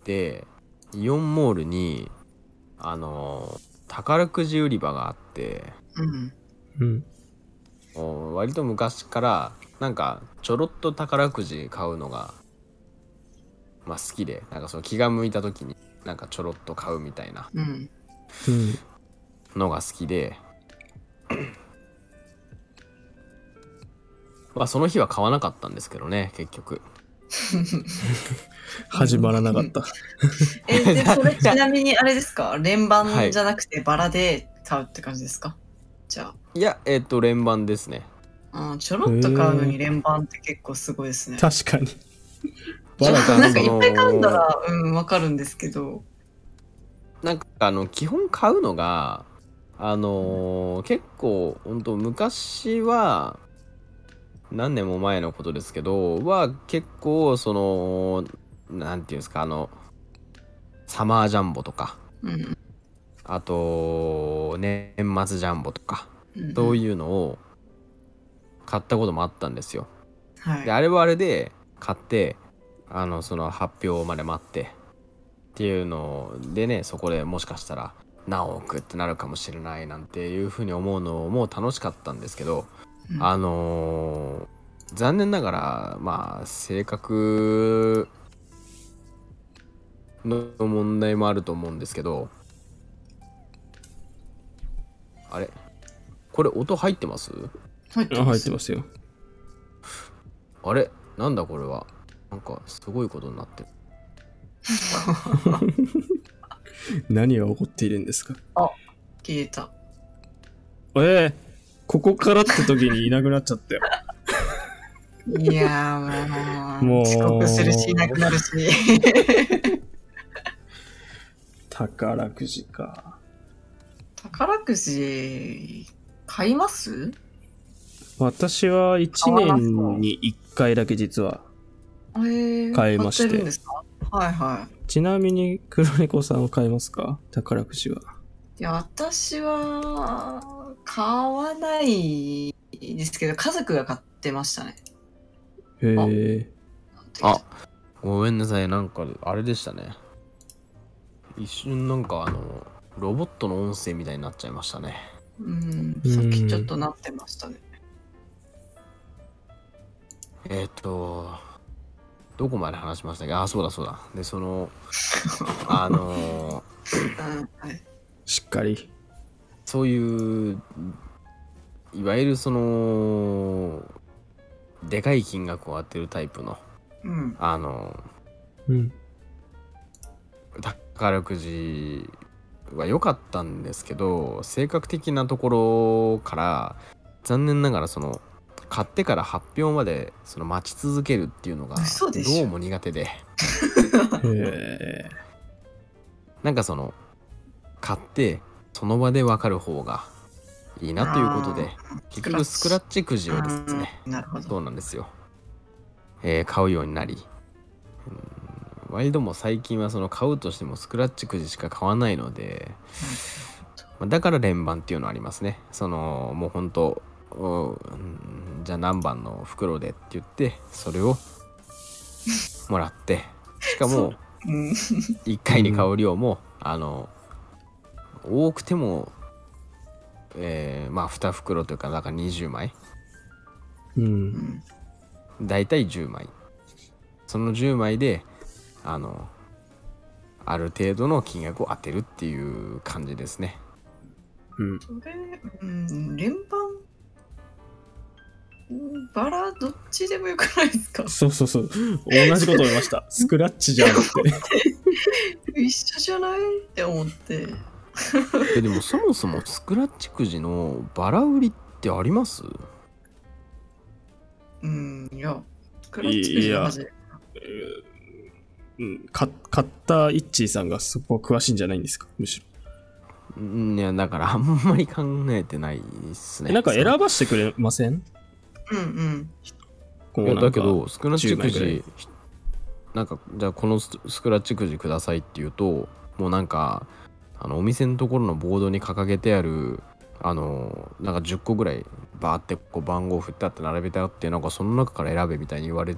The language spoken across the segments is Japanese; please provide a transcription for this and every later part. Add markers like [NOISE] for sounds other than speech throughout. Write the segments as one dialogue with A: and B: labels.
A: ってイオンモールにあの宝くじ売り場があって
B: うん。
C: うん。
A: お割と昔からなんかちょろっと宝くじ買うのが、まあ、好きでなんかその気が向いた時になんかちょろっと買うみたいな
B: [LAUGHS] うん。
C: うん。
A: のが好きでまあその日は買わなかったんですけどね結局
C: 始まらなかった。
B: [LAUGHS] え、で、
A: [LAUGHS]
B: それちなみにあれですか連
A: はい
B: 番じゃなくてバラで買うって感じですか、じゃ
A: いやえっ、と連番ですね
B: あ、うん、ちょろっと買うのに連番って結構すごいですね。
C: 確かに。
A: バラ
B: なんかい
A: その
B: っぱい買うんだら、うん、わかるんですけど。
A: なんかあの基本買うのがあのー結構本当昔は何年も前のことですけどは結構そのなんていうんですかあのサマージャンボとか
B: うん。
A: あと年末ジャンボとか
B: うん
A: そういうのを買ったこともあったんですよ。
B: はい
A: で。あれはあれで買ってあのその発表まで待ってっていうのでねそこでもしかしたら何億ってなるかもしれないなんていうふうに思うのも楽しかったんですけど、
B: うん
A: あのー残念ながらまあ性格の問題もあると思うんですけどあれこれ音入ってます
B: 入って
C: あ
B: ま
C: 入っ
B: す
C: て。ますよ。
A: あれなんだこれはなんかすごいことになってる
C: 何が起こっているんですか
B: 消えた。
C: ええここからって時にいなくなっちゃったよ。
B: いやーもう、
C: もう
B: 遅刻するし、いなくなるし。
C: [LAUGHS]
B: [LAUGHS]
C: 宝くじか。
B: 宝くじ、買います
C: 私は1年に1回だけ実は。
B: えー、
C: 買いまして
B: 買ってるんですかはいはい。
C: ちなみに黒猫さんは買いますか宝くじは。
B: いや、私は、買わないですけど、家族が買ってましたね。
C: へえ。
A: あごめんなさいなんかあれでしたね一瞬なんかあのロボットの音声みたいになっちゃいましたね
B: うん、
C: うん
B: さっきちょっとなってましたね。
A: えっ、とどこまで話しましたっけあそうだそうだでそのあの
B: うん、はい。
C: しっかり。
A: そういういわゆるそのでかい金額を当てるタイプの
B: うん。
A: あの
C: うん。
A: 宝くじは良かったんですけど性格的なところから残念ながらその買ってから発表までその待ち続けるっていうのが
B: 嘘でしょ
A: どうも苦手で
C: へえ。
A: なんかその買ってその場で分かる方がいいなということで結局ス
B: スク
A: ク
B: ラ
A: ラ
B: ッ
A: ッチくじをですね
B: うんなるほど。
A: そうなんですよ、えー買うようになりうん割ともう最近はその買うとしてもスクラッチくじしか買わないのでまあだから連番っていうのはありますねそのもう本当おうんじゃあ何番の袋でって言ってそれをもらってしか
B: そ
A: も
B: ううん。
A: 1回に買う量も、あの多くてもえーまあ2袋というかなんか20枚
C: う。
B: うんん
A: 大体10枚その10枚であのある程度の金額を当てるっていう感じですね
C: うん。
B: それ、うん、連番うんバラどっちでもよくないですか [LAUGHS]
C: そうそうそう。同じこと思いました。 [LAUGHS] スクラッチじゃんって。
B: 一緒じゃないって思って
A: えでもそもそもスクラッチくじのバラ売りってあります
B: うんいやスクラッチくじの初め
C: うん。か買ったイッチーさんがそこ詳しいんじゃないんですかむしろ。
A: んいやだからあんまり考えてないっすね
C: えなんか選ばしてくれません
B: うんうん
C: こ
A: いうや
C: なんか
A: だけどスクラッチく
C: 10枚ぐらい
A: じなんかじゃあこのススクラッチくじくださいっていうともうなんかあのお店のところのボードに掲げてあるあのなんか10個ぐらいバーってこう番号振ってあって並べてあってなんかその中から選べみたいに言われ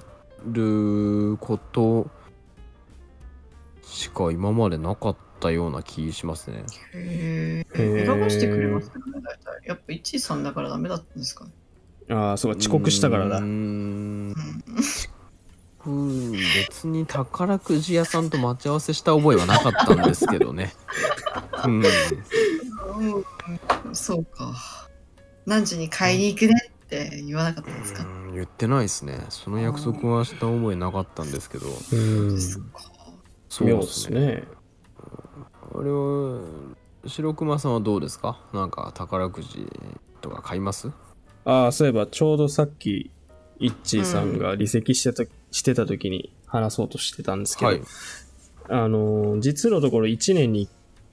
A: ることしか今までなかったような気しますね。
B: へ
C: へ
B: え。
C: ー
B: 裏返してくれますよね、大体。やっぱ1位さんだからダメだったんですかね。
C: ああ、そうか、遅刻したからだ。
A: うー
C: うん
B: うん。
A: うん別に宝くじ屋さんと待ち合わせした覚えはなかったんですけど [LAUGHS] ね。うん、
B: うんそうか。何時に買いに行くねって言わなかったんですか、
A: うん言ってないですね。その約束はした覚えなかったんですけど。
B: そううんですか。
A: そう
C: 妙
A: で
C: ですす
A: ね。
C: ね。
A: あれは白熊さんはどうですかなんか宝くじとか買います
C: ああ、そういえば、ちょうどさっき、イッチーさんが離席してた,、してた時に話そうとしてたんですけど、
A: はい。
C: あのー実のところ1年に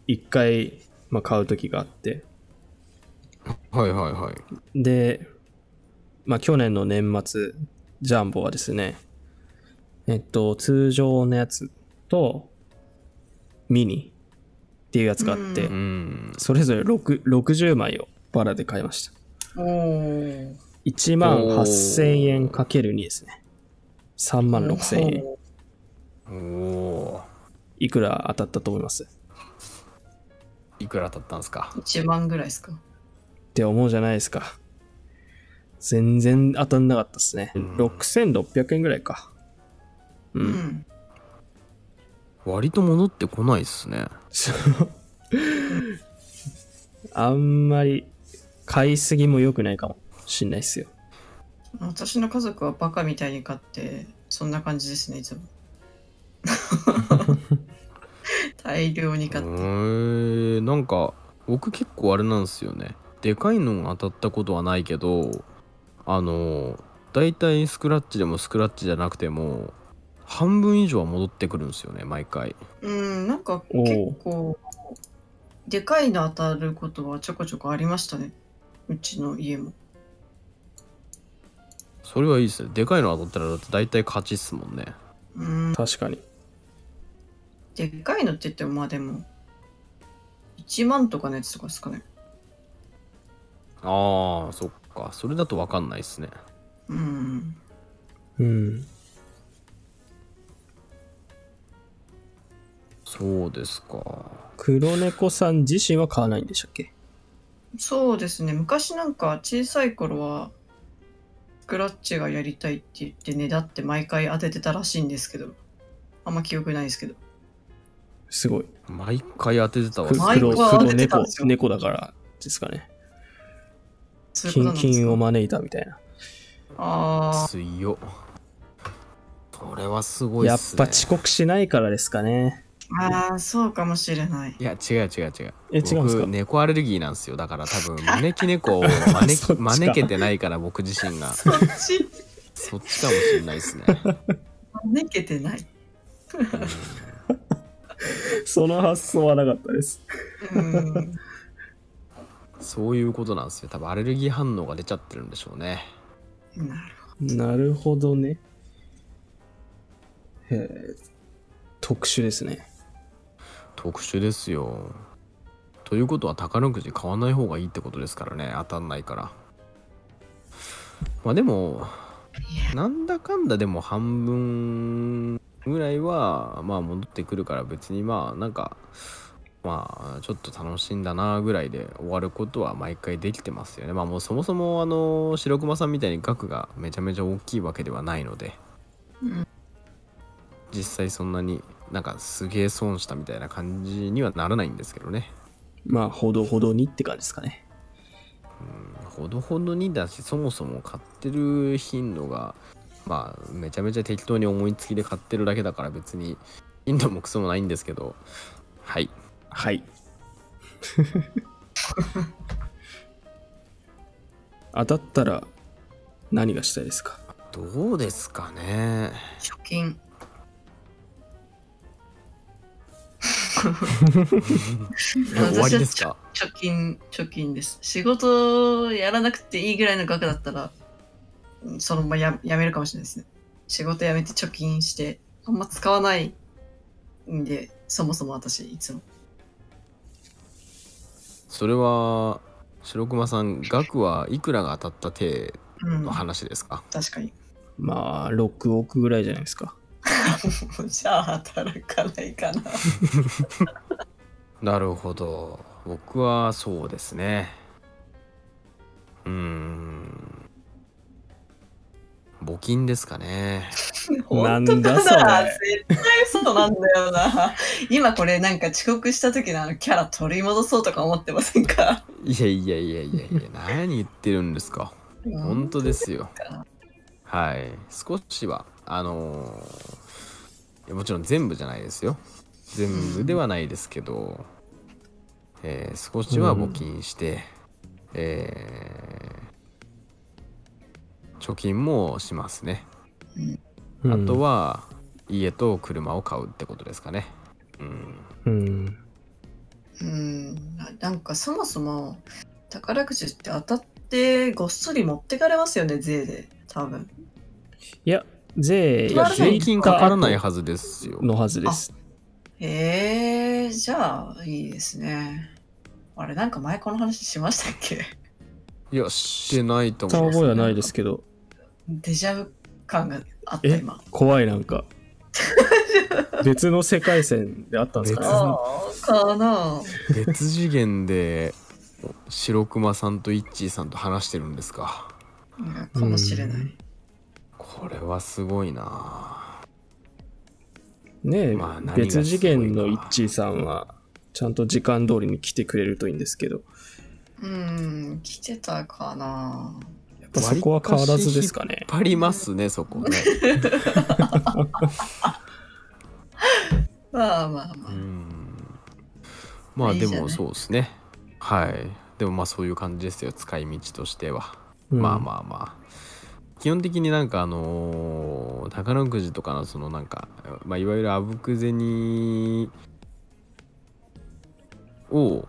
C: 1回、まあ、買う時があって、
A: はいはいはい。
C: で、まあ、去年の年末、ジャンボはですね、えっと、通常のやつと、ミニっていうやつがあって、
B: う
A: うん。
C: それぞれ6 60枚をバラで買いました。
B: おお。
C: 1万8000円かける2ですね。3万6000
A: お
C: 円。
A: お
C: いくら当たったと思いますっ
A: ー。いくら当たったんですか
B: 1万ぐらいですか
C: て思うじゃないですか。全然当たんなかったですね。
A: うん
C: 6600円ぐらいか。う。
B: うんん。
A: 割と戻ってこないっすね。
C: そうあんまり買いすぎも良くないかもしんないっすよ。
B: 私の家族はバカみたいに買って、そんな感じですね、い [LAUGHS] つも。大量に
A: へえ
B: 買って。
A: なんか僕結構あれなんですよねでかいのが当たったことはないけどあのだいたいスクラッチでもスクラッチじゃなくても半分以上は戻ってくるんですよね毎回
B: うん、なんか
C: おう
B: 結構、でかいの当たることはちょこちょこありましたね。うちの家も。
A: それはいいですねでかいの当たったらだってだいたい勝ちっすもんね
B: うん、
C: 確かに。
B: でっかいのって言っても、まあでも、1万とかのやつとかですかね。
A: あーそっかそれだと分かんないっすね
B: うん。
C: うん。
A: そうですか
C: 黒猫さん自身は買わないんでしたっけ
B: そうですね。昔なんか小さい頃は、スクラッチがやりたいって言ってねだって毎回当ててたらしいんですけど、あんま記憶ないですけど。
C: すごい。
A: 毎回当ててたわ
C: く
B: マイク
C: 黒
B: は
C: 黒
B: 当ててたん
C: 猫
B: ですよ
C: 猫だからですかね。
B: そういうことな
C: キン
B: んです
C: キ
B: か
C: ンを招いたみたいな。
B: あ
A: 強っそれはすごい
C: や
A: っ
C: っ
A: すね
C: ぱ遅刻しないからですかね。
B: ーあー、そうかもしれない。
C: [LAUGHS]
A: いや違う違う違う。
C: え違うんですか
A: 僕猫アレルギーなんですよ。だから多分招き猫を招
C: [LAUGHS] そ
A: き
C: っちか
A: 招けてないから僕自身が
B: そっち、
A: そっちかもしれないですね。
B: 招けてない。
C: その発想はなかったです。
B: うん。
A: そういうことなんですよ。多分アレルギー反応が出ちゃってるんでしょうね。
B: なる
C: なるほどね。へえ。特殊ですね。
A: 特殊ですよ。ということは宝くじ買わない方がいいってことですからね。当たんないから。まあでもなんだかんだでも半分ぐらいはまあ戻ってくるから別にまあなんかまあちょっと楽しんだなぐらいで終わることは毎回できてますよねまあもうそもそもあの白熊さんみたいに額がめちゃめちゃ大きいわけではないので、
B: うん
A: 実際そんなになんかすげえ損したみたいな感じにはならないんですけどね
C: まあ、ほどほどにって感じですかね。
A: ほどほどにだしそもそも買ってる頻度がまあめちゃめちゃ適当に思いつきで買ってるだけだから別に頻度もクソもないんですけどはい
C: [LAUGHS] はい。当たったら何がしたいですか
A: どうですかね
B: 貯 [LAUGHS] 金。
A: 終わりですか
B: 貯金、貯金です。仕事をやらなくていいぐらいの額だったら、うんそのままややめるかもしれないですね。仕事辞めて貯金して、あんま使わないんで、そもそも私、いつも。
A: それは白熊さん額はいくらが当たった手
B: うん
A: の、話ですか、
B: 確かに。 [LAUGHS]
C: まあ、6億ぐらいじゃないですか。
B: じゃあ働かないかな。
A: なるほど僕はそうですねうーん募金ですかね
C: な
B: 本
C: ん
B: 当
C: だ
B: か
C: それ
B: な絶対そうなんだよな。今これなんか遅刻した時のあのキャラ取り戻そうとか思ってませんか
A: いやいやいやいやいや何言ってるんですか本当ですよ
B: か
A: はい少しはあのーいやもちろん全部じゃないですよ全部ではないですけど、えー少しは募金して、えー貯金もしますね
C: うん
A: あと、は家と車を買うってことですかね。うん。
C: うん、
B: うん。ななんかそもそも宝くじって当たってごっそり持ってかれますよね、税で。多分。
C: いや税
A: い
B: い
A: や
B: や
A: 税金かからない
C: は
A: はずですよ。
C: のはずです
B: へえ、じゃあいいですね。あれなんか前この話しましたっけ
A: いやしてないと
C: た
A: 思います、
C: 覚えはないですけど
B: デジャブ感があった
C: え
B: 今。
C: 怖いな
A: [LAUGHS]
C: んか別の世界線であったんですかね
B: ああ、かな。
A: 別次元で白熊さんとイッチーさんと話してるんですか。
B: うんかもしれない。
A: これはすごいな。
C: ねえ、
A: まあ何が
C: 別次元
A: す
C: の
A: ごい
C: イ
A: か
C: ッチーさんはちゃんと時間通りに来てくれるといいんですけど
B: うん、来てたかな。
C: やっぱそこは変わらずですかね
A: 引っ張りますねそこね。
B: まあまあま
A: う
B: あ。
A: ん。まあ
B: いいじ
A: で
B: ゃない
A: もそうですね。はい。でもまあそういう感じですよ使い道としては。
C: うん
A: まあまあまあ基本的になんかあのー宝くじとかのそのなんか、まあ、いわゆるあぶく銭を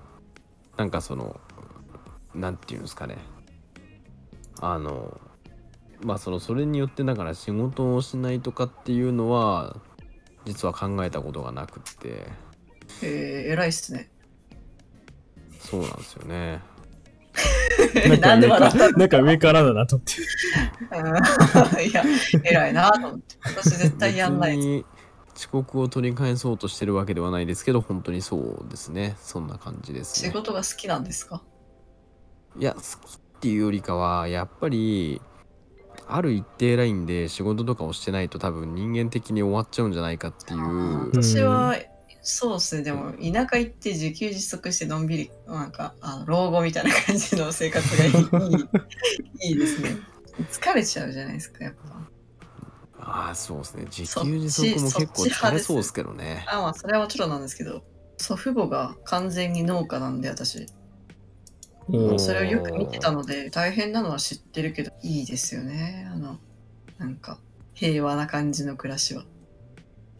A: なんかそのなんていうんですかねあのまあそのそれによってだから仕事をしないとかっていうのは実は考えたことがなくって
B: えー、偉いっすね。
A: そうなんですよね [LAUGHS]
B: なんで笑
C: [LAUGHS] なんか上からなんか上からだなと思って
B: うん [LAUGHS] いや、偉いなと思って。私絶対やんな
A: 別
B: いです。
A: に遅刻を取り返そうとしてるわけではないですけど本当にそうですねそんな感じです、
B: 仕
A: ね、
B: 事が好きなんですか
A: いや好きっていうよりかはやっぱりある一定ラインで仕事とかをしてないと多分人間的に終わっちゃうんじゃないかっていう
C: うん
B: 私は、そうっすね。でも、田舎行って自給自足してのんびり、なんか、あの老後みたいな感じの生活がいいいい、いいですね。疲れちゃうじゃないですか、やっぱ。
A: ああそうですね自
B: そっち
A: 給自足も結構
B: そっち
A: 疲
B: 派
A: れ
B: です
A: そうですけどね
B: あ、まあ、それはもちろんなんですけど、祖父母が完全に農家なんで、私。
A: おー
B: それをよく見てたので大変なのは知ってるけどいいですよねあのなんか平和な感じの暮らしは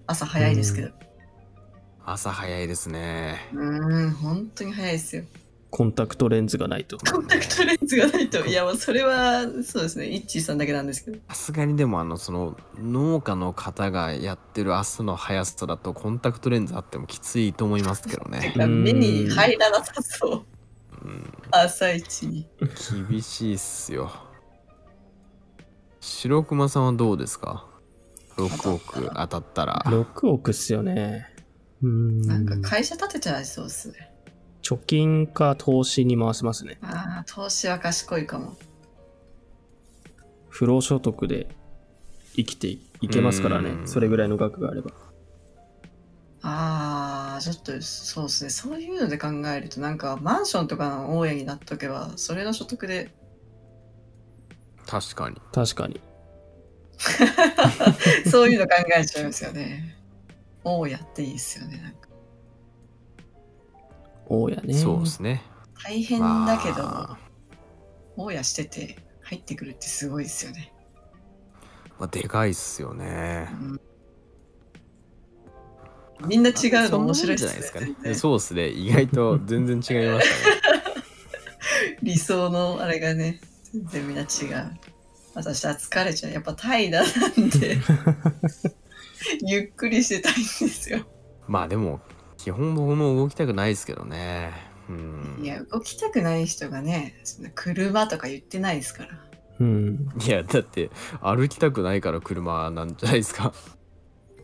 B: 朝早いですけど
A: 朝早いですね
B: うんん本当に早いですよ
C: コンタクトレンズがないと
B: コンタクトレンズがないといやもうそれはそうですねイッチーさんだけなんですけど
A: さすがにでもあのその農家の方がやってる朝の速さだとコンタクトレンズあってもきついと思いますけどね
B: て [LAUGHS] か目に入らなさそう
A: うん
B: 朝一に
A: 厳しいっすよ白熊さんはどうですか6億当たったら
C: 6億っすよねうーん
B: なんか会社建てちゃいそうですね
C: 貯金か投資に回せますね
B: ああ投資は賢いかも
C: 不労所得で生きていけますから
A: う
C: ね
A: ん
C: それぐらいの額があれば
B: ああ、ちょっとそうですね。そういうので考えると、なんかマンションとかの大家になっとけば、それの所得で、
A: 確かに
C: 確かに
B: そういうの考えちゃいますよね。大家っていいですよね。なんか
C: 大家ね
A: そうですね
B: 大変だけど、
A: まあ
B: 大家してて入ってくるってすごいですよね。
A: まあでかいっすよね
B: みんな違うの面白いっ
A: そんなもんじゃ
B: す
A: ないですか
B: ね
A: ね。そうっすね意外と全然違いましたね [LAUGHS]
B: 理想のあれがね、全然みんな違う。私は疲れちゃう。やっぱ怠惰なんで、
A: [LAUGHS]
B: ゆっくりしてたいんですよ。
A: まあでも基本僕も動きたくないですけどねうん
B: いや、動きたくない人がね、そんな車とか言ってないですから。
C: うん
B: [LAUGHS]
A: いやだって歩きたくないから車なんじゃないですか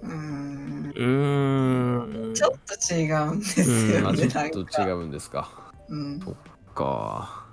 B: うーん
C: うーん。
B: ちょっと違うんです
C: うん
B: よ
A: まあ
B: ね、
A: ちょ
B: な
A: っ
B: ん
A: と
B: か。
A: 違うんですか。
B: うん
A: か